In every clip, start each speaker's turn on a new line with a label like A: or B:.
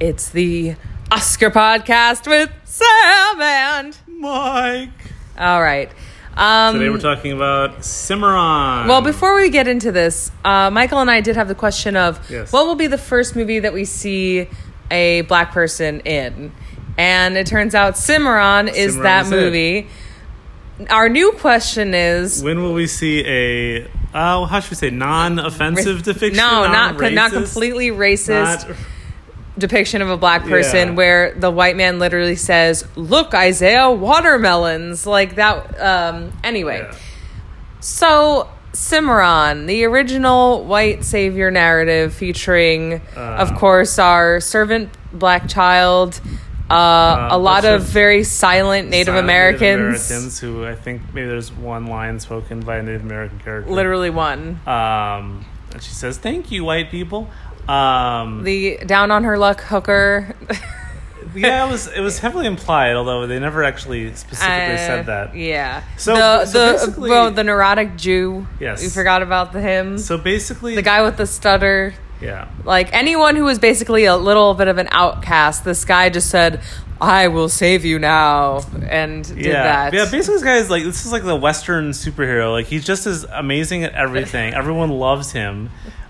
A: It's the Oscar podcast with Sam and
B: Mike.
A: All right. Um,
B: Today we're talking about Cimarron.
A: well, before we get into this, uh, Michael and I did have the question of
B: Yes.
A: what will be the first movie that we see a black person in, and it turns out Cimarron is
B: Cimarron
A: that
B: is it.
A: movie. Our new question is
B: when will we see a uh, how should we say non-offensive depiction?
A: no, not co- not
B: Non-racist?
A: completely racist.
B: Not-
A: depiction of a black person
B: Yeah.
A: where the white man literally says, "Look, Isaiah, watermelons." Like that um anyway.
B: yeah.
A: So, Cimarron, the original white savior narrative featuring of
B: Uh,
A: course our servant black child uh, a lot
B: bunch
A: of
B: of
A: very silent Native
B: Silent
A: Americans,
B: Americans who I think maybe there's one line spoken by a Native American character.
A: literally one.
B: Um, and she says, "Thank you, white people." Um,
A: The down on her luck hooker.
B: yeah, it was it was heavily implied, although they never actually specifically
A: Uh,
B: said that.
A: Yeah.
B: So-
A: the
B: so
A: the
B: basically-
A: well, the neurotic Jew.
B: Yes.
A: We forgot about the him.
B: So basically,
A: the guy with the stutter.
B: yeah,
A: Like anyone who was basically a little bit of an outcast, this guy just said, "I will save you now," and did
B: yeah,
A: that.
B: yeah. Basically, this guy is like this is like the Western superhero. Like he's just as amazing at everything. Everyone loves him.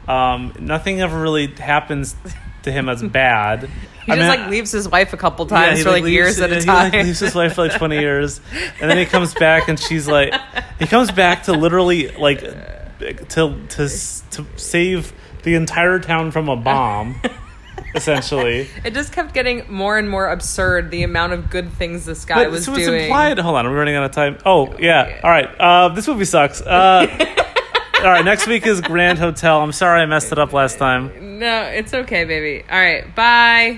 B: Um, nothing ever really happens to him as bad.
A: he just like leaves his wife a couple times
B: he,
A: for like,
B: leaves-
A: years at
B: yeah,
A: a
B: he, like,
A: time.
B: leaves his wife for like twenty years, and then he comes back, and she's like, he comes back to literally like to to s- to save the entire town from a bomb, essentially.
A: it just kept getting more and more absurd. The amount of good things this guy
B: But
A: was
B: so
A: doing.
B: it's implied. Hold on, I'm running out of time. Oh yeah. All right. Uh, this movie sucks. Uh, all right. Next week is Grand Hotel. I'm sorry I messed it up last time.
A: No, it's okay, baby. All right, bye.